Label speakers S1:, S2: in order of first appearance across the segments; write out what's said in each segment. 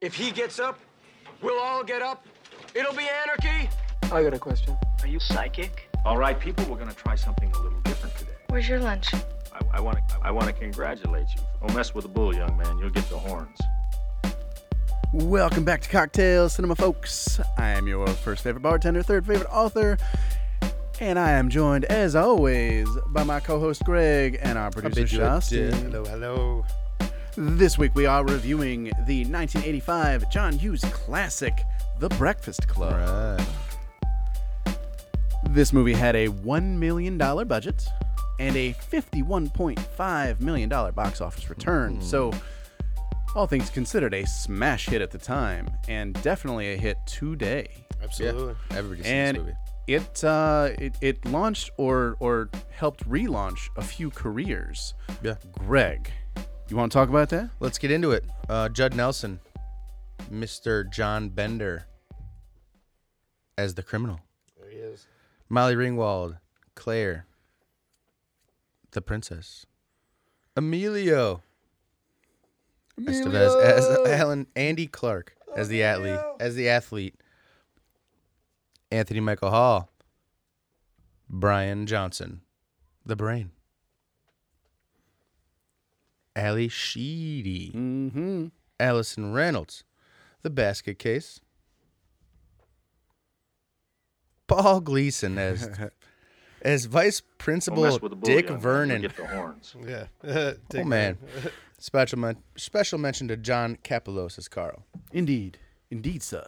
S1: If he gets up, we'll all get up. It'll be anarchy.
S2: I got a question.
S3: Are you psychic?
S4: All right, people, we're going to try something a little different today.
S5: Where's your lunch?
S4: I want to I want to congratulate you. Don't mess with the bull, young man. You'll get the horns.
S6: Welcome back to Cocktail Cinema, folks. I am your first favorite bartender, third favorite author, and I am joined, as always, by my co-host Greg and our producer Shasti.
S7: Hello, hello.
S6: This week we are reviewing the 1985 John Hughes classic, The Breakfast Club.
S7: Right.
S6: This movie had a $1 million budget and a $51.5 million box office return. So, all things considered, a smash hit at the time and definitely a hit today.
S7: Absolutely. Everybody's seen
S6: And
S7: this movie.
S6: it, uh, it it launched or or helped relaunch a few careers.
S7: Yeah.
S6: Greg, you want to talk about that?
S7: Let's get into it. Uh, Judd Nelson, Mr. John Bender, as the criminal.
S2: There he is.
S7: Molly Ringwald, Claire, the princess. Emilio, Estevez as Alan Andy Clark as the athlete as the athlete. Anthony Michael Hall. Brian Johnson, the brain. Ali Sheedy. Mm-hmm. Allison Reynolds, the basket case. Paul Gleason as as vice
S4: Don't
S7: principal
S4: mess with the bull,
S7: Dick
S4: young man.
S7: Vernon.
S4: You'll get the horns.
S8: Yeah.
S7: Oh man, special men- special mention to John Kapelos as Carl.
S6: Indeed, indeed, sir.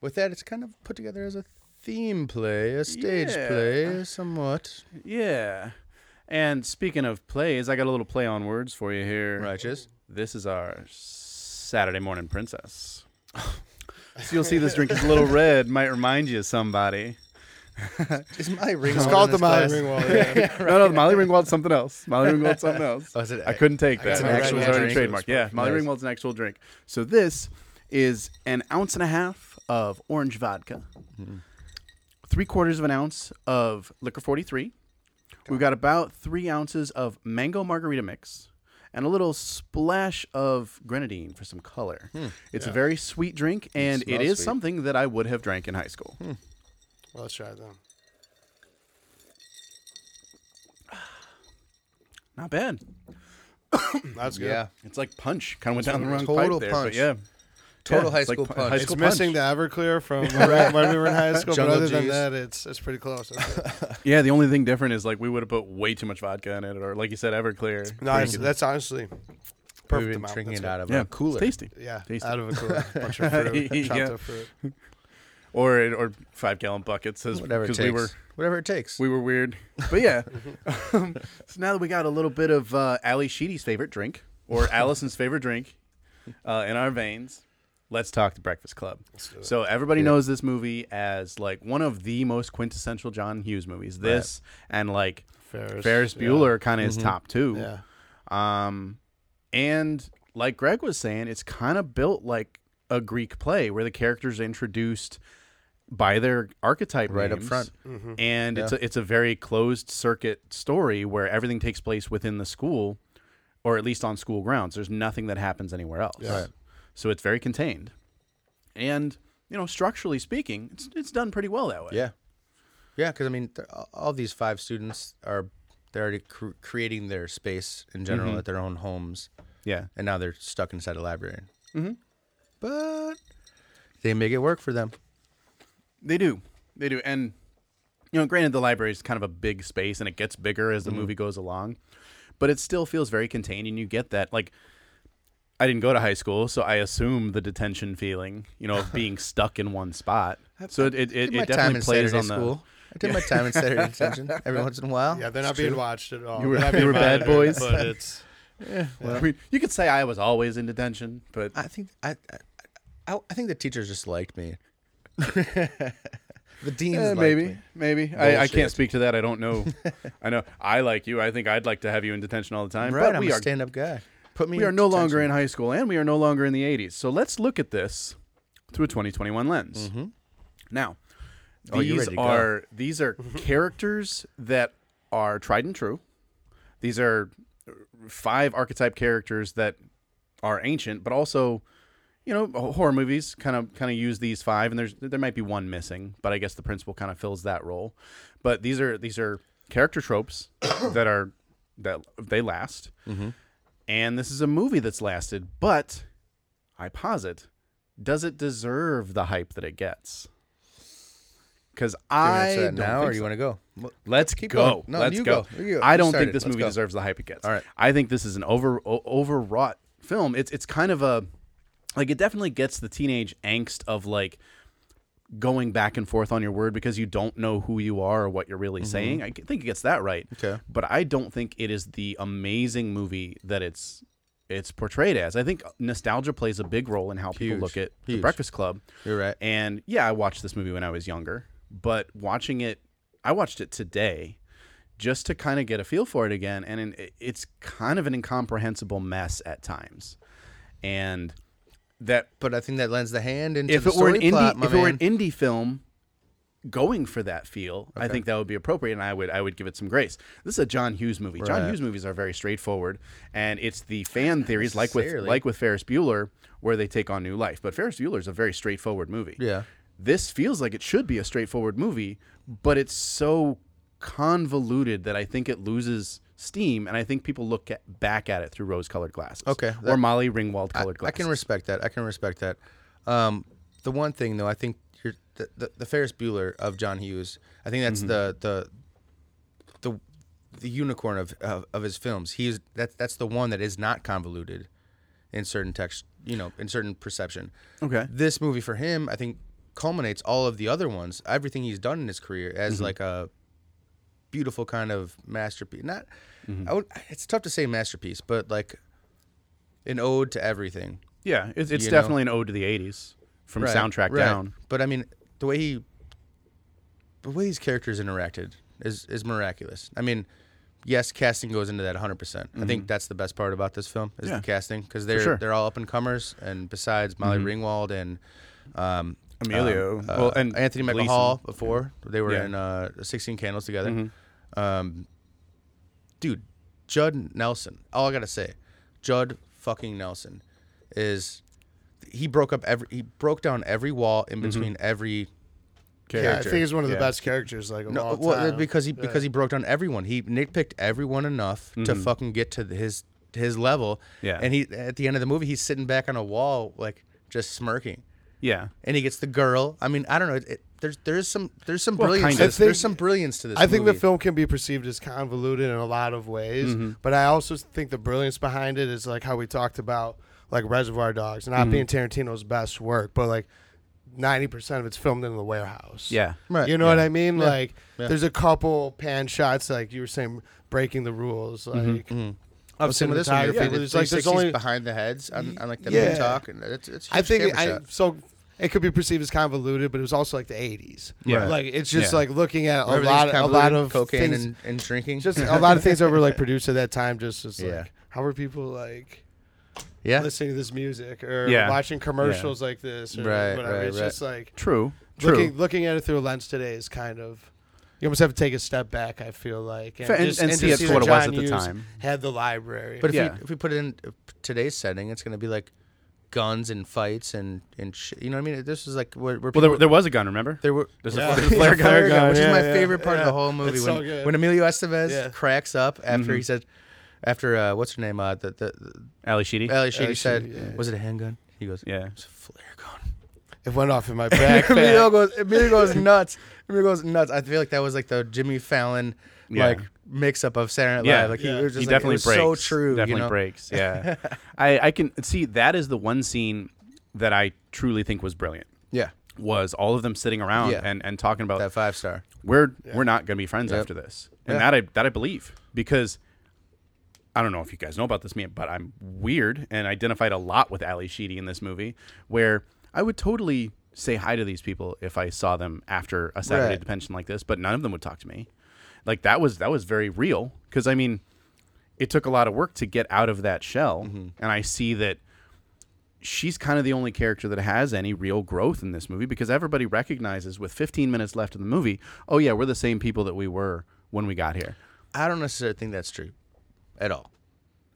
S7: With that, it's kind of put together as a theme play, a stage
S6: Yeah.
S7: play, somewhat
S6: Yeah. And speaking of plays, I got a little play on words for you here.
S7: righteous.
S6: This is our Saturday morning princess. so you'll see this drink is a little red. Might remind you of somebody.
S7: Is my ring?
S8: It's called the Molly Ringwald. Yeah.
S6: No, no, the Molly Ringwald's something else. Molly Ringwald's something else.
S7: Oh, is it
S6: I couldn't take that.
S7: It's an
S6: It
S7: actual
S6: was already
S7: drink.
S6: trademarked. Yeah, Molly
S7: Nice.
S6: Ringwald's an actual drink. So this is an ounce and a half of orange vodka,
S7: Mm-hmm.
S6: three quarters of an ounce of liquor 43. We've got about three ounces of mango margarita mix and a little splash of grenadine for some color. It's a very sweet drink, and it
S7: smells
S6: is
S7: sweet.
S6: something that I would have drank in high school.
S8: Well, let's try them.
S6: Not bad.
S8: That's good.
S7: Yeah,
S6: It's like punch. Kind of went down the wrong pipe
S7: Total
S6: there,
S7: punch.
S6: but yeah.
S7: total
S6: Yeah,
S7: high
S6: it's like
S7: school
S6: pu-
S7: punch.
S6: high
S8: It's
S6: school
S8: missing the Everclear from when when we were in high school, but
S7: Jungle
S8: other than
S7: G's.
S8: that, it's it's pretty close. That's it.
S6: Yeah, the only thing different is like we would have put way too much vodka in it, or like you said, Everclear.
S8: No, it's- that's honestly
S7: We've
S8: perfect
S7: been
S8: amount.
S7: drinking
S8: That's
S7: it
S8: good.
S7: out of
S6: yeah,
S7: a cooler.
S6: It's tasty.
S8: Yeah,
S6: Tasty.
S8: out of a cooler, bunch of fruit, chopped
S6: Yeah.
S8: up fruit.
S6: Or or five gallon buckets, as
S7: Whatever it
S6: because
S7: takes.
S6: we were
S7: Whatever it takes.
S6: we were weird. But yeah, um, so now that we got a little bit of uh, Ali Sheedy's favorite drink or Allison's favorite drink uh, in our veins, let's talk the Breakfast Club. So everybody knows this movie as like one of the most quintessential John Hughes movies. This and like
S8: Ferris,
S6: Ferris
S8: yeah.
S6: Bueller kind of is top two.
S8: Yeah,
S6: Um, and like Greg was saying, it's kind of built like a Greek play where the characters are introduced by their archetype
S7: Right up
S6: names.
S7: front.
S6: and it's a, it's a very closed circuit story where everything takes place within the school, or at least on school grounds. There's nothing that happens anywhere else,
S8: Right.
S6: so it's very contained, and you know structurally speaking, it's it's done pretty well that way.
S7: Yeah, yeah. Because I mean, th- all these five students are they're already cr- creating their space in general at their own homes,
S6: yeah,
S7: and now they're stuck inside a library. Mm-hmm. But they make it work for them.
S6: They do. They do. And you know, granted the library is kind of a big space and it gets bigger as the
S7: Mm-hmm.
S6: movie goes along, but it still feels very contained and you get that like I didn't go to high school, so I assume the detention feeling, you know, of being stuck in one spot. So it it, it,
S7: did my
S6: it
S7: time in
S6: definitely plays
S7: Saturday
S6: on the
S7: school. I did my time in Saturday detention every once in a while.
S8: yeah, they're not being watched at all.
S6: You were-
S8: They're not
S6: you
S8: being
S6: were bad
S8: monitored,
S6: boys.
S8: but it's
S6: I mean, you could say I was always in detention, but
S7: I think I, I- I, I think the teachers just liked me. the deans
S6: Eh,
S7: liked
S6: maybe,
S7: me.
S6: maybe. I, I can't
S7: Bullshit.
S6: speak to that. I don't know. I know. I like you. I think I'd like to have you in detention all the time.
S7: Right,
S6: but
S7: I'm
S6: we
S7: a
S6: are
S7: stand-up guy. Put me.
S6: we
S7: in
S6: are no
S7: detention.
S6: longer in high school and we are no longer in the 80s. So let's look at this through a 2021 lens. Now,
S7: Mm-hmm. Oh, you're
S6: these
S7: ready to go. Mm-hmm.
S6: are these are characters that are tried and true. These are five archetype characters that are ancient, but also you know, h- horror movies kind of kind of use these five, and there's there might be one missing, but I guess the principal kind of fills that role. But these are these are character tropes that are that they last,
S7: Mm-hmm.
S6: and this is a movie that's lasted. But I posit, does it deserve the hype that it gets? Because I
S7: answer that
S6: don't
S7: now,
S6: think
S7: or you
S6: so.
S7: want to go? Well,
S6: Let's
S7: Keep
S6: go.
S7: going. No,
S6: Let's
S7: you
S6: go.
S7: go. You go.
S6: I
S7: You
S6: don't
S7: started.
S6: think this
S7: Let's
S6: movie
S7: go.
S6: deserves the hype it gets.
S7: All right.
S6: I think this is an over o- overwrought film. It's it's kind of a like it definitely gets the teenage angst of like going back and forth on your word because you don't know who you are or what you're really saying. I think it gets that right.
S7: Mm-hmm. Okay.
S6: But I don't think it is the amazing movie that it's it's portrayed as. I think nostalgia plays a big role in how people
S7: Huge.
S6: look at The
S7: Huge.
S6: Breakfast Club.
S7: You're right.
S6: Uh, And yeah, I watched this movie when I was younger, but watching it, I watched it today just to kind of get a feel for it again. And in- it- it's kind of an incomprehensible mess at times. And that
S7: But I think that lends the hand into
S6: if
S7: the
S6: it were an
S7: story plot,
S6: indie,
S7: my
S6: if it were
S7: man.
S6: an indie film going for that feel, I think that would be appropriate, and I would I would give it some grace. This is a John Hughes movie. John
S7: Right.
S6: Hughes movies are very straightforward, and it's the fan theories like with
S7: necessarily.
S6: like with Ferris Bueller, where they take on new life. But Ferris Bueller is a very straightforward movie.
S7: Yeah.
S6: this feels like it should be a straightforward movie, but it's so convoluted that I think it loses. Steam, and I think people look at, back at it through rose-colored glasses.
S7: Okay,
S6: or
S7: that-
S6: Molly Ringwald colored
S7: I
S6: glasses.
S7: can respect that. I can respect that. Um, the one thing though, I think you're, the, the the Ferris Bueller of John Hughes. I think that's the the the the unicorn of, of of his films. He's that that's the one that is not convoluted in certain text, you know, in certain perception.
S6: Okay.
S7: This movie for him, I think, culminates all of the other ones, everything he's done in his career as
S6: Mm-hmm.
S7: like a beautiful kind of masterpiece. Not,
S6: Mm-hmm.
S7: I would, it's tough to say masterpiece, but like an ode to everything.
S6: Yeah, it's, it's
S7: you know?
S6: definitely an ode to the '80s from
S7: Right,
S6: soundtrack
S7: right.
S6: down.
S7: But I mean, the way he, the way these characters interacted is is miraculous. I mean, yes, casting goes into that 100. percent I think that's the best part about this film is
S6: Mm-hmm. Yeah.
S7: the casting because they're
S6: sure. Mm-hmm.
S7: they're all up and comers, and besides Molly Ringwald and um,
S6: Emilio.
S7: um, uh,
S6: Well, and
S7: Anthony Michael
S6: Gleason.
S7: Hall before they were
S6: Yeah. Mm-hmm.
S7: in uh, 16 Candles together. Um, dude, Judd Nelson. All I gotta say, Judd fucking Nelson is he broke up every he broke down every wall
S6: Mm-hmm.
S7: in between every
S8: Yeah, I
S7: character.
S8: think he's one of the
S6: Yeah.
S8: best characters like of
S7: no,
S8: all
S7: well,
S8: time.
S7: because he because he broke down everyone. He nitpicked everyone enough to fucking get to his his level.
S6: Mm-hmm. Yeah.
S7: and he at the end of the movie he's sitting back on a wall like just smirking.
S6: Yeah,
S7: and he gets the girl. I mean, I don't know. It, it, there's there's some there's some
S6: Well,
S7: brilliance.
S6: kind
S7: To
S6: of.
S7: this.
S8: I think-
S7: there's some brilliance to this.
S8: I
S7: movie.
S8: think
S7: Mm-hmm.
S8: the film can be perceived as convoluted in a lot of ways, but I also think the brilliance behind it is like how we talked about like Reservoir Dogs, not
S7: Mm-hmm.
S8: being Tarantino's best work, but like ninety percent of it's filmed in the warehouse.
S6: Yeah.
S7: Right,
S8: You know
S7: yeah.
S8: what I mean? Like, there's a couple pan shots, like you were saying, breaking the rules, like
S7: Mm-hmm. of some of this one,
S8: cinematography.
S7: yeah,
S8: but
S7: the
S8: it's like there's
S7: 360s
S8: only
S7: behind the heads on, on like the
S8: Yeah.
S7: main talk, and it's, it's a
S8: I
S7: huge
S8: think
S7: camera
S8: I
S7: shot.
S8: so it could be perceived as convoluted, but it was also like the '80s.
S6: Yeah.
S8: like it's just
S6: Yeah.
S8: like looking at a
S7: Everything's
S8: lot, a lot
S7: convoluted,
S8: of
S7: cocaine
S8: things,
S7: and, and drinking.
S8: just a lot of things that were like produced at that time. Just as
S7: Yeah.
S8: like, how were people like
S7: yeah,
S8: listening to this music or
S6: Yeah.
S8: watching commercials like this or
S7: Right,
S8: whatever?
S7: right,
S8: it's
S7: right.
S8: just like
S6: true, true.
S8: looking looking at it through a lens today is kind of. You almost have to take a step back. I feel like
S6: Fa- and- and
S8: to
S6: see it for
S8: that
S6: what it was
S8: John
S6: at the
S8: Hughes
S6: time.
S8: Had the library,
S7: but if
S6: Yeah.
S7: we if we put it in today's setting, it's gonna be like guns and fights and and sh- you know what I mean. This is like where, where
S6: well, there, there was a gun. Remember,
S7: There were
S6: There's a
S7: Yeah.
S6: flare- flare gun.
S7: Flare gun, which
S8: Yeah,
S7: is my
S8: yeah,
S7: favorite part of the
S8: yeah.
S7: whole movie.
S8: It's
S7: when,
S8: so good.
S7: when Emilio Estevez
S8: Yeah. Mm-hmm.
S7: cracks up after he said, after uh, what's her name, uh, the, the,
S6: Ali Sheedy.
S7: the Ali Sheedy
S8: Ali
S7: said,
S8: Sheedy, yeah.
S7: was it a handgun? He goes,
S6: yeah,
S7: it's a flare gun.
S8: it went off in my back.
S7: Emilio goes, Emilio goes nuts. Emilio goes nuts. I feel like that was like the Jimmy Fallon
S6: Yeah.
S7: like mix up of Saturday Night
S6: Yeah.
S7: Live. Like
S8: Yeah.
S7: he was just
S6: he
S7: like, it
S6: definitely
S7: was
S6: breaks.
S7: so true.
S6: Definitely
S7: you know?
S6: breaks. Yeah, I I can see that is the one scene that I truly think was brilliant.
S7: Yeah,
S6: Was all of them sitting around
S7: Yeah.
S6: and, and talking about
S7: that five star.
S6: we're we're not going to be friends after this, and
S7: Yeah.
S6: that I that I believe because I don't know if you guys know about this man, but I'm weird and identified a lot with Ali Sheedy in this movie, where I would totally say hi to these people if I saw them after a Saturday
S7: Right.
S6: detention like this, but none of them would talk to me. Like that was that was very real because I mean, it took a lot of work to get out of that shell,
S7: Mm-hmm.
S6: and I see that she's kind of the only character that has any real growth in this movie because everybody recognizes with 15 minutes left in the movie, oh yeah, we're the same people that we were when we got here.
S7: I don't necessarily think that's true at all.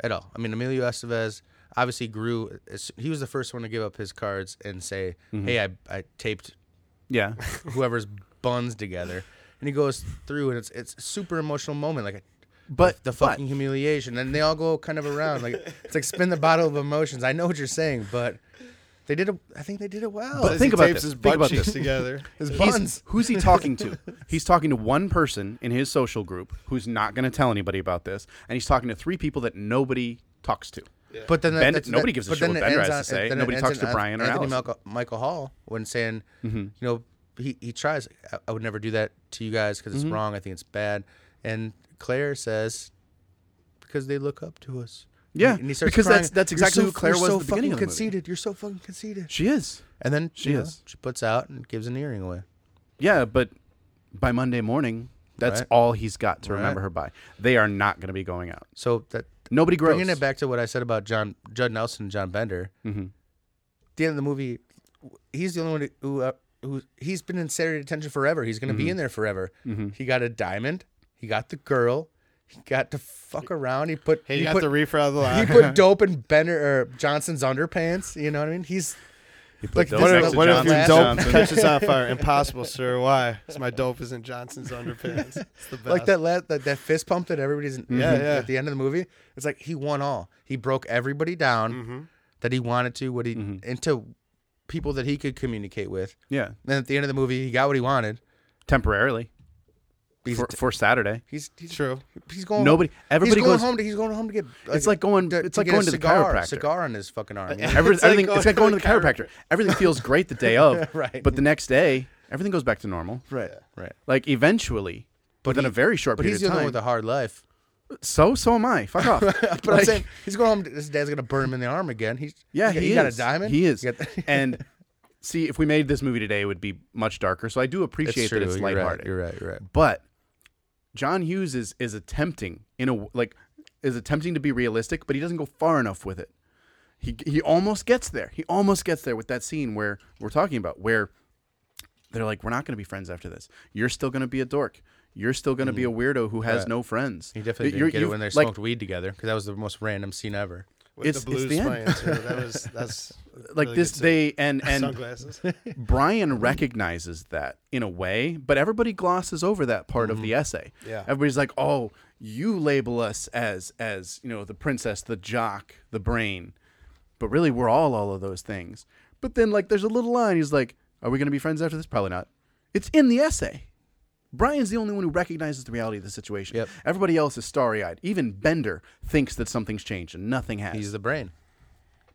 S7: At all. I mean, Emilio Estevez, obviously grew. as- He was the first one to give up his cards and say,
S6: Mm-hmm.
S7: "Hey, I, I taped
S6: Yeah.
S7: whoever's buns together." And he goes through, and it's it's a super emotional moment, like
S6: But
S7: the
S6: but-
S7: fucking humiliation. And they all go kind of around, like it's like spin the bottle of emotions. I know what you're saying, but they did. A, I think they did it well.
S6: But
S7: It's-
S6: think
S8: he
S6: about
S8: tapes
S6: this.
S8: his
S6: Think
S8: butt
S6: about
S8: cheeks
S6: this.
S8: together.
S7: his
S6: He's-
S7: buns.
S6: who's he talking to? He's talking to one person in his social group who's not going to tell anybody about this, and he's talking to three people that nobody talks to.
S7: But then that-
S6: Ben-
S7: that's-
S6: nobody
S7: that-
S6: gives a
S7: but
S6: shit
S7: then
S6: what
S7: it
S6: Ben has
S7: ends
S6: to
S7: on-
S6: say.
S7: then it
S6: Nobody
S7: ends
S6: talks to
S7: on
S6: Brian Mm-hmm. or
S7: Anthony
S6: Allison.
S7: Malco- Michael Hall when saying, you know, he, he tries. I, I would never do that to you guys because
S6: Mm-hmm.
S7: it's wrong. I think it's bad. And Claire says, because they look up to us.
S6: Yeah,
S7: and he starts
S6: because
S7: crying,
S6: that's- that's
S7: "You're
S6: exactly
S7: so-
S6: who Claire
S7: you're
S6: was at
S7: so
S6: the beginning
S7: fucking
S6: of the movie."
S7: conceited. You're so fucking conceited.
S6: She is.
S7: And then
S6: She
S7: you know,
S6: is.
S7: she puts out and gives an earring away.
S6: Yeah, but by Monday morning, that's
S7: Right.
S6: all he's got to remember
S7: Right.
S6: her by. They are not going to be going out.
S7: So that
S6: Nobody grows.
S7: bringing it back to what I said about John Judd Nelson and John Bender. The end of the movie, he's the only one who uh, who he's been in Saturday detention forever. He's going to be in there forever. He got a diamond. He got the girl. He got to fuck around. He put
S8: He,
S7: he,
S8: got
S7: put
S8: the reefer out of the
S7: he
S8: locker.
S7: put dope in Bender or Johnson's underpants. You know what I mean? He's like
S6: dope
S7: this
S8: What
S6: next
S7: is
S8: if,
S6: to
S7: the
S8: what if your
S7: last-
S8: dope
S6: Johnson.
S8: catches on fire? Impossible, sir. Why? Because my dope is in Johnson's underpants. It's the best.
S7: like that, la- that that fist pump that everybody's yeah,
S8: yeah.
S7: at the end of the movie. It's like he won all. He broke everybody down
S6: Mm-hmm.
S7: that he wanted to. What he into people that he could communicate with.
S6: Yeah,
S7: Then at the end of the movie, he got what he wanted.
S6: temporarily
S7: He's
S6: for, for Saturday.
S7: he's, he's
S8: True.
S7: He's going.
S6: Nobody-
S7: He's
S6: everybody
S7: going
S6: goes-
S7: home. To, he's going home to get.
S6: It's like going-
S7: To,
S6: it's like
S7: get
S6: going
S7: a
S6: to the
S7: cigar,
S6: chiropractor.
S7: Cigar on his fucking arm. you know?
S6: Every,
S8: like
S6: everything
S8: going
S6: it's like
S8: to
S6: going to
S8: the
S6: the chiropractor. Everything feels great the day of,
S7: Right.
S6: But the next day, everything goes back to normal.
S7: right. Right.
S6: Like eventually, but within
S7: he-
S6: a very short
S7: But
S6: period
S7: he's the
S6: of
S7: only one
S6: time.
S7: with a hard life.
S6: so so am I. Fuck off.
S7: But I'm saying he's going home. To, his dad's gonna burn him in the arm again. He's
S6: Yeah,
S7: he,
S6: he,
S7: got- he
S6: is.
S7: got a diamond.
S6: He is.
S7: He got the-
S6: and see, if we made this movie today, it would be much darker. So I do appreciate that it's
S7: You're right,
S6: lighthearted.
S7: You're right. You're right.
S6: But John Hughes is is attempting in a like is attempting to be realistic, but he doesn't go far enough with it. He he almost gets there. He almost gets there with that scene where we're talking about where they're like, we're not going to be friends after this. You're still going to be a dork. You're still going to be a weirdo who has no friends.
S7: Mm-hmm. He definitely didn't
S6: You're-
S7: get it
S6: you've-
S7: when they
S6: like,
S7: smoked weed together because that was the most random scene ever.
S8: With
S6: It's- it's
S8: the blues
S6: the end.
S8: playing too. That was that's
S6: Like
S8: really
S6: this,
S8: good
S6: they and
S8: scene.
S6: and
S8: sunglasses.
S6: Brian recognizes that in a way, but everybody glosses over that part of the essay.
S8: Mm-hmm. Yeah.
S6: Everybody's like, "Oh, you label us as as, you know, the princess, the jock, the brain." But really we're all all of those things. But then like there's a little line he's like, "Are we going to be friends after this?" Probably not. It's in the essay. Brian's the only one who recognizes the reality of the situation.
S7: Yep.
S6: Everybody else is starry-eyed. Even Bender thinks that something's changed and nothing has.
S7: He's the brain.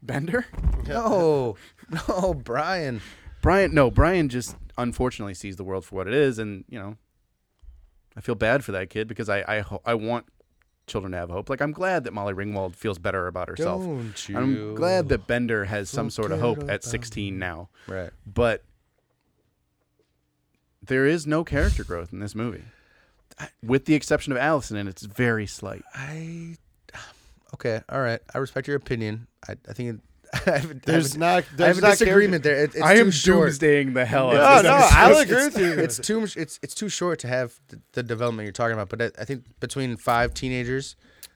S6: Bender?
S7: No, no, Brian.
S6: Brian, no, Brian just unfortunately sees the world for what it is, and you know, I feel bad for that kid because I I, ho- I want children to have hope. Like I'm glad that Molly Ringwald feels better about herself.
S7: Don't
S6: I'm
S7: you
S6: glad that Bender has some sort of hope
S7: forget
S6: at 16 now,
S7: Right.
S6: but there is no character growth in this movie, with the exception of Allison, and it's very slight.
S7: I. Okay. All right. I respect your opinion. I, I think. It, I have,
S8: There's
S7: I
S8: not-
S7: have, I
S8: there's
S7: have a
S8: not
S7: disagreement there. It, it's too short.
S6: doomsdaying the hell
S8: No,
S6: out of
S8: no,
S6: this.
S8: I
S7: It's-
S8: would agree
S7: it's-
S8: with you.
S7: It's too much. It's it's too short to have the, the development you're talking about. But I, I think between five teenagers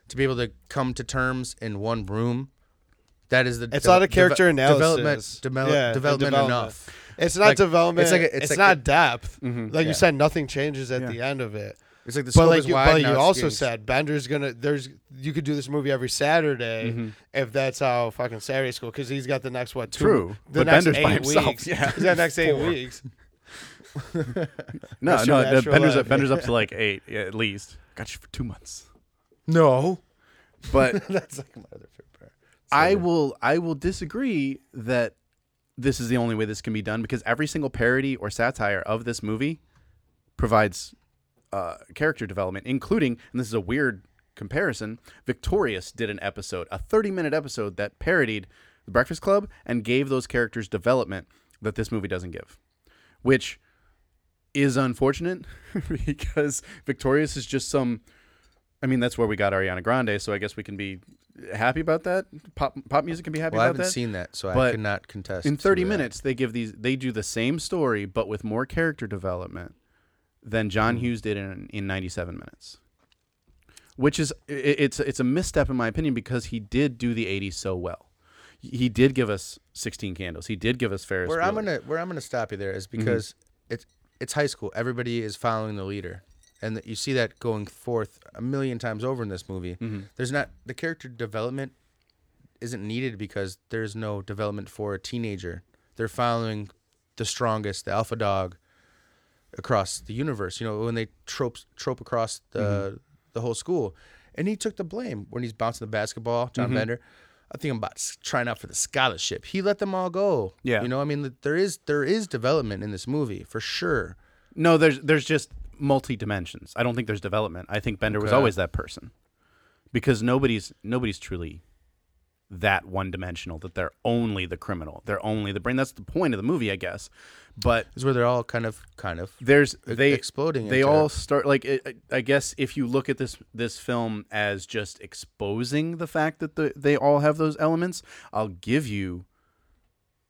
S7: to be able to come to terms in one room, that is the deve-
S8: It's not a character
S7: deve-
S8: analysis.
S7: Development,
S8: Yeah,
S7: develop
S8: the
S7: development,
S8: development.
S7: enough.
S8: It's not
S7: Like,
S8: development.
S7: it's
S8: It's,
S7: like
S8: like
S7: a- it's like
S8: it's, not
S7: a- Mm-hmm.
S8: depth. Like
S7: yeah.
S8: you said, nothing changes at the end of it.
S7: It's like the
S8: But
S7: scope
S8: like
S7: is
S8: you,
S7: wide.
S8: but
S7: now
S8: you
S7: it's
S8: also
S7: getting-
S8: said Bender's gonna there's you could do this movie every Saturday
S7: Mm-hmm.
S8: if that's how fucking Saturday school because he's got the next what two
S6: True,
S8: the
S6: but
S8: next
S6: Bender's by
S8: eight
S6: himself,
S8: weeks
S6: yeah.
S8: he's got the next eight weeks
S6: No,
S8: That's your
S6: no, the
S8: natural
S6: Bender's
S8: life.
S6: up, Bender's up to like eight yeah, at least. Got you for two months,
S7: no.
S6: but
S7: That's like my other favorite part.
S6: I will I will disagree that this is the only way this can be done because every single parody or satire of this movie provides uh, character development, including and this is a weird comparison. Victorious did an episode, a thirty minute episode that parodied The Breakfast Club and gave those characters development that this movie doesn't give, which is unfortunate because Victorious is just some I mean, that's where we got Ariana Grande, so I guess we can be happy about that. Pop pop music can be happy
S7: Well, I
S6: about
S7: haven't
S6: that.
S7: seen that, so I
S6: But
S7: cannot contest.
S6: In
S7: to uh,
S6: 30
S7: that.
S6: minutes, they give these they do the same story but with more character development than
S7: Hmm.
S6: John Hughes did in in 97 minutes. Which is i- i- it's it's a misstep in my opinion because he did do the 80s so well. He did give us 16 candles. He did give us Ferris.
S7: where I'm
S6: Bueller. Mm-hmm.
S7: gonna where I'm gonna stop you there is because it's it's high school. Everybody is following the leader, and that you see that going forth a million times over in this movie.
S6: Mm-hmm.
S7: There's not the character development isn't needed because there's no development for a teenager. They're following the strongest, the alpha dog, across the universe. You know when they tropes trope across the the whole school, and he took the blame when he's bouncing the basketball. John Bender. I think I'm about s- trying out for the scholarship. He let them all go.
S6: Yeah.
S7: you know, I mean, th- there is there is development in this movie for sure.
S6: No, there's there's just multi dimensions. I don't think there's development. I think Bender was
S7: Okay.
S6: always that person because nobody's nobody's truly that one dimensional that they're only the criminal. They're only the brain. That's the point of the movie, I guess. But
S7: Is where they're all kind of kind of
S6: there's
S7: e-
S6: they
S7: exploding.
S6: They
S7: into-
S6: all start like it, I- I guess if you look at this this film as just exposing the fact that the, they all have those elements, I'll give you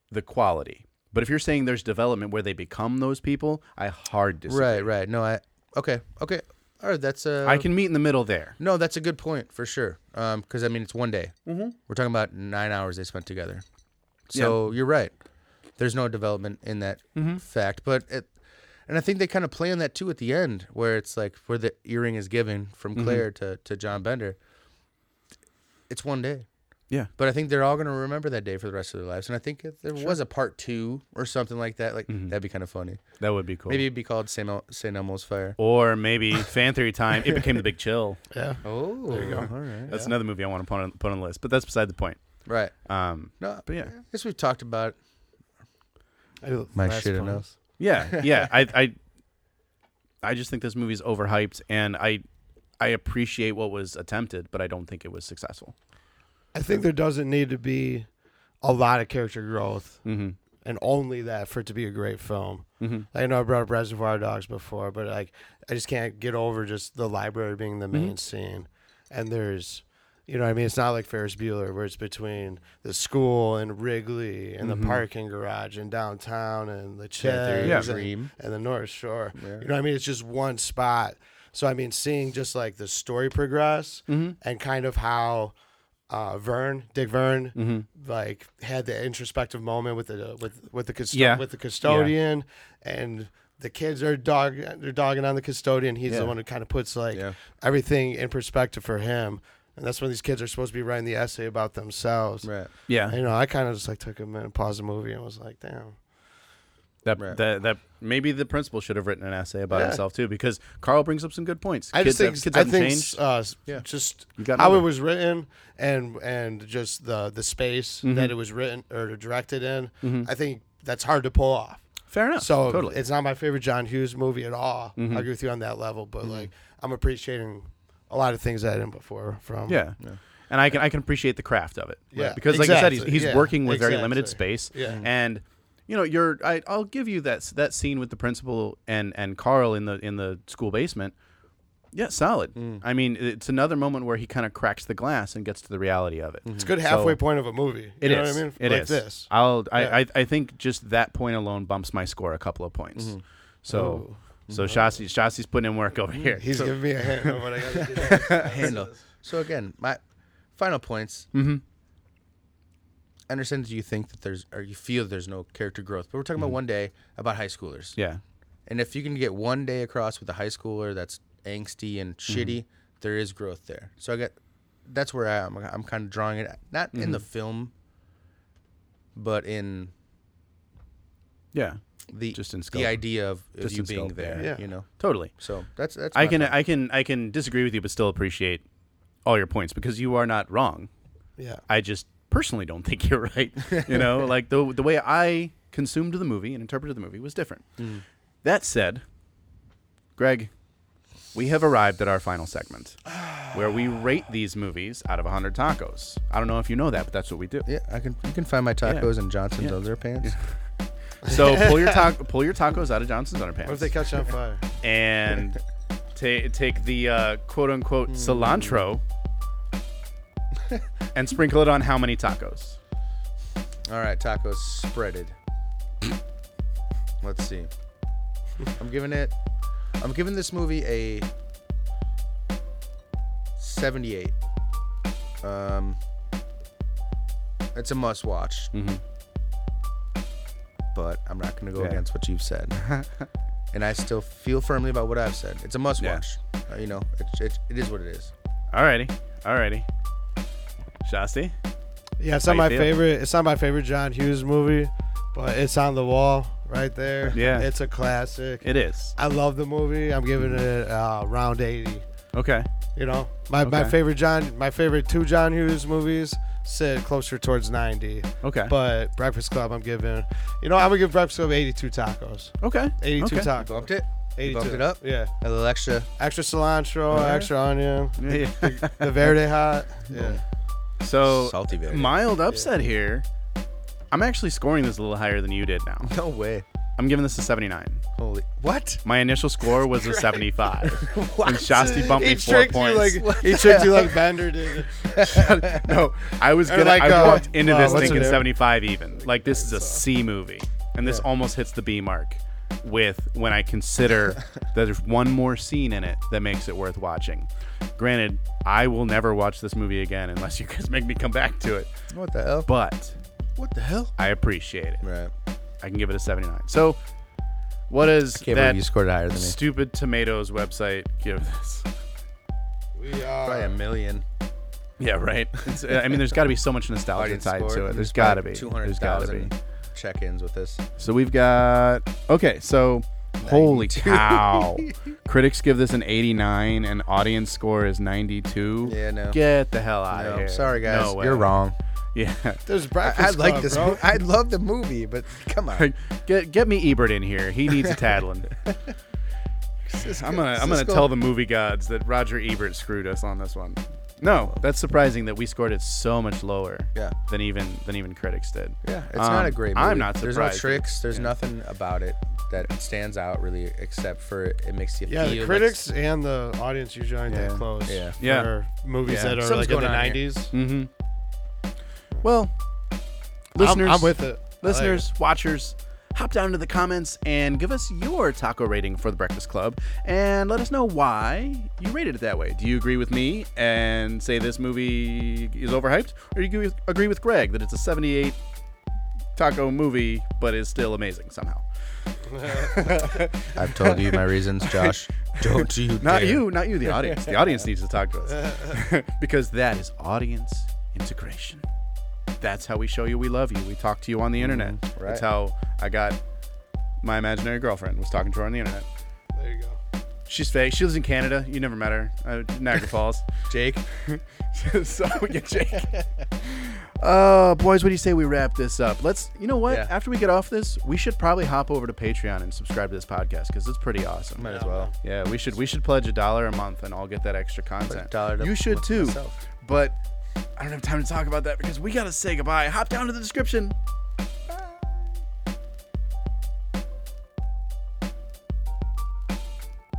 S6: the quality. But if you're saying there's development where they become those people, I hard disagree.
S7: right, right. No, I okay, okay. All right, that's uh,
S6: I can meet in the middle there.
S7: No, that's a good point for sure. Uh, Because I mean, it's one day. Mm-hmm. We're talking about nine hours they spent together. So you're right. There's no development in that fact, but it, and I think they kind of play on that too at the end, where it's like where the earring is given from
S6: Mm-hmm.
S7: Claire to to John Bender. It's one day.
S6: Yeah.
S7: But I think they're all going to remember that day for the rest of their lives, and I think if there was a part two or something like that, like that'd be kind of funny.
S6: That would be Mm-hmm. cool.
S7: Maybe it'd be called Saint El- Saint Elmo's Fire.
S6: Or maybe fan theory time. It became the big chill.
S8: Yeah.
S7: Oh, there you go. All right,
S6: That's another movie I want to put on, put on the list, but that's beside the point.
S7: right.
S6: Um,
S7: No,
S6: but yeah,
S7: I guess we've talked about
S8: Mm-hmm.
S7: My shit enough.
S6: yeah, yeah. I, I, I just think this movie's overhyped, and I, I appreciate what was attempted, but I don't think it was successful.
S8: I think there doesn't need to be a lot of character growth
S7: Mm-hmm.
S8: and only that for it to be a great film. I know I brought up Reservoir Dogs before, but like I just can't get over just the library being the
S7: Mm-hmm.
S8: main scene. And there's, you know, what I mean, it's not like Ferris Bueller where it's between the school and Wrigley and the parking garage and downtown and the Chad
S7: Mm-hmm. Yeah.
S8: and,
S7: Dream.
S8: and the North Shore. You know, what I mean, it's just one spot. So I mean, seeing just like the story progress
S7: Mm-hmm.
S8: and kind of how uh, Vern, Dick Vern,
S6: Mm-hmm.
S8: like had the introspective moment with the with with the custo-
S6: Yeah.
S8: with the custodian, and the kids are dog they're dogging on the custodian. He's the one who kind of puts like
S7: Yeah.
S8: everything in perspective for him, and that's when these kids are supposed to be writing the essay about themselves.
S7: Right.
S8: You
S6: Yeah,
S8: know, I kind of just like took a minute, paused the movie, and was like, "Damn,
S6: that
S7: Right.
S6: that that maybe the principal should have written an essay about himself too, because Carl brings up some good points.
S8: I just
S6: Kids have-
S8: think
S6: kids
S8: I
S6: haven't
S8: think
S6: changed.
S8: uh, s-
S7: Yeah.
S8: just
S6: You got
S8: how it
S6: another.
S8: was written and and just the the space
S6: Mm-hmm.
S8: that it was written or directed in. I think that's hard to pull off.
S6: Fair enough.
S8: So
S6: Mm-hmm. totally. Mm-hmm.
S8: it's not my favorite John Hughes movie at all. I agree with you on that level, but like I'm appreciating a lot of things that I didn't before from
S6: Yeah. And I can I can appreciate the craft of it.
S8: Yeah,
S6: Because like I said, he's,
S8: exactly,
S6: he's
S8: yeah,
S6: working with very limited
S8: exactly.
S6: space.
S8: Yeah.
S6: And you know, you're I, I'll give you that s- that scene with the principal and and Carl in the in the school basement. Yeah, solid.
S8: Mm.
S6: I mean, it's another moment where he kind of cracks the glass and gets to the reality of it.
S8: It's a good halfway point of a movie. Mm-hmm. You
S6: It
S8: know
S6: is.
S8: what I mean?
S6: It
S8: like
S6: is.
S8: this.
S6: I'll. I,
S8: Yeah.
S6: I. I think just that point alone bumps my score a couple of points.
S8: Mm-hmm. Oh.
S6: So. So Shassi, Shassi's putting in work over here.
S8: He's giving me a hand on what I gotta do.
S7: handle. So again, my final points.
S6: Mm-hmm.
S7: I understand that you think that there's or you feel there's no character growth, but we're talking about one day about high schoolers.
S6: Mm-hmm. yeah,
S7: And if you can get one day across with a high schooler that's angsty and
S6: Mm-hmm.
S7: shitty, there is growth there. So I got that's where I am. I'm kind of drawing it not in
S6: Mm-hmm.
S7: the film, but in
S6: yeah,
S7: the
S6: Just in scope.
S7: the idea of, of
S6: Just
S7: you
S6: in
S7: being
S6: scope,
S7: there.
S8: yeah. Yeah.
S7: You know.
S6: totally.
S7: So that's that's
S6: I
S7: my
S6: can
S7: point.
S6: I can I can disagree with you, but still appreciate all your points because you are not wrong.
S8: Yeah.
S6: I just personally don't think you're right. You know, like the the way I consumed the movie and interpreted the movie was different.
S8: Mm.
S6: That said, Greg, we have arrived at our final segment where we rate these movies out of 100 tacos. I don't know if you know that, but that's what we do.
S7: yeah, I can. You can find my tacos in Johnson's other pants.
S6: So pull your ta- pull your tacos out of Johnson's underpants.
S8: What if they catch on fire?
S6: and ta- take the uh, quote unquote
S8: Hmm.
S6: cilantro and sprinkle it on how many tacos?
S7: All right, tacos spreaded. Let's see. I'm giving it. I'm giving this movie a 78. Um, It's a must watch. But I'm not going to go
S6: Mm-hmm. Yeah.
S7: against what you've said. and I still feel firmly about what I've said. It's a must
S6: Yeah.
S7: watch. Uh, you know, it, it, it is what it is.
S6: Alrighty. Alrighty. Shasti?
S8: Yeah, it's
S6: How
S8: not
S6: you
S8: my
S6: feel?
S8: favorite. It's not my favorite John Hughes movie, but it's on the wall right there.
S6: Yeah.
S8: it's a classic.
S6: It is.
S8: I love the movie. I'm giving it uh, round eighty.
S6: Okay.
S8: You know, my, my
S6: Okay.
S8: favorite John, my favorite two John Hughes movies sit closer towards ninety.
S6: Okay.
S8: But Breakfast Club, I'm giving. You know, I'm gonna give Breakfast Club eighty-two tacos.
S6: Okay.
S8: Eighty-two
S6: okay.
S8: tacos.
S7: Bumped it.
S8: Eighty-two.
S7: Bumped it up.
S8: Yeah.
S7: A little extra.
S8: Extra cilantro, extra onion,
S6: Yeah, yeah.
S8: the verde hot. Yeah.
S6: so
S7: Salty baby.
S6: mild upset here. I'm actually scoring this a little higher than you did now.
S7: No way.
S6: I'm giving this a 79.
S7: Holy. What?
S6: My initial score was a 75. And Shasti bumped me
S8: He
S6: four
S8: tricked you
S6: points.
S8: like he tricked you like Bender did.
S6: no, I was
S8: Or
S6: gonna.
S8: like,
S6: I
S8: uh,
S6: walked into
S8: uh,
S6: this
S8: what's her
S6: thinking
S8: name?
S6: 75 even. Like this is a C movie, and this almost hits the B mark. With when I consider that there's one more scene in it that makes it worth watching. Granted, I will never watch this movie again unless you guys make me come back to it.
S7: What the hell?
S6: But
S7: What the hell?
S6: I appreciate it.
S7: Right.
S6: I can give it a 79. So, what does
S7: Can't
S6: that
S7: believe you scored it higher than me.
S6: stupid tomatoes website give this?
S8: We are.
S7: Probably a million.
S6: Yeah, right. It's, I mean, there's got to be so much nostalgia
S7: Audience
S6: tied
S7: score.
S6: to it. There's
S7: There's
S6: got to
S7: probably
S6: be. There's got to be.
S7: 200,000 check-ins with this.
S6: So we've got okay. So holy
S7: 92.
S6: cow! Critics give this an 89, and audience score is 92.
S7: Yeah, no.
S6: Get the hell out of
S7: No,
S6: here!
S7: sorry guys,
S6: No way.
S7: you're wrong.
S6: Yeah.
S8: There's
S7: I,
S8: breakfast.
S7: I like
S8: Club,
S7: this.
S8: bro.
S7: mo- I love the movie, but come on.
S6: Get get me Ebert in here. He needs a tattling. I'm gonna I'm gonna tell the movie gods that Roger Ebert screwed us on this one. No, that's surprising that we scored it so much lower
S7: Yeah.
S6: than even than even critics did.
S7: Yeah, it's
S6: Um,
S7: not a great movie.
S6: I'm not surprised.
S7: There's no tricks. There's nothing about it that stands out really, except for it makes you
S8: Yeah,
S7: feel.
S8: the
S7: like-
S8: critics and the audience usually aren't
S7: Yeah.
S8: that close.
S7: Yeah.
S6: Yeah.
S8: For movies
S7: Yeah.
S8: that are
S7: Something's
S8: like in
S7: going
S8: the
S7: on here.
S8: nineties.
S6: Mm-hmm. Well,
S8: I'm,
S6: listeners,
S8: I'm with it. I like
S6: listeners, watchers, hop down to the comments and give us your taco rating for the Breakfast Club, and let us know why you rated it that way. Do you agree with me and say this movie is overhyped, or do you agree with Greg that it's a 78 taco movie but is still amazing somehow?
S7: I've told you my reasons, Josh. Don't you?
S6: Not
S7: dare.
S6: you, not you, the audience. The audience needs to talk to us because that is audience integration. That's how we show you we love you. We talk to you on the internet.
S7: right.
S6: That's how I got my imaginary girlfriend was talking to her on the internet.
S8: it. There you go.
S6: She's fake. She lives in Canada. You never met her. Uh, Niagara Falls.
S7: Jake.
S6: so yeah, Jake. Oh, boys, what do you say we wrap this up? Let's. You know what?
S7: Yeah.
S6: After we get off this, we should probably hop over to Patreon and subscribe to this podcast because it's pretty awesome.
S7: Might as well.
S6: Yeah, we should we should pledge a dollar a month and I'll get that extra content.
S7: dollar to
S6: you should
S7: with
S6: too.
S7: myself.
S6: But I don't have time to talk about that because we gotta say goodbye. Hop down to the description.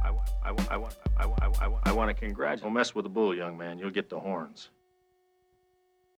S4: I, wa- I, wa- I, wa- I, wa- I, wa- I want to congratulate. Don't mess with the bull, young man. You'll get the horns.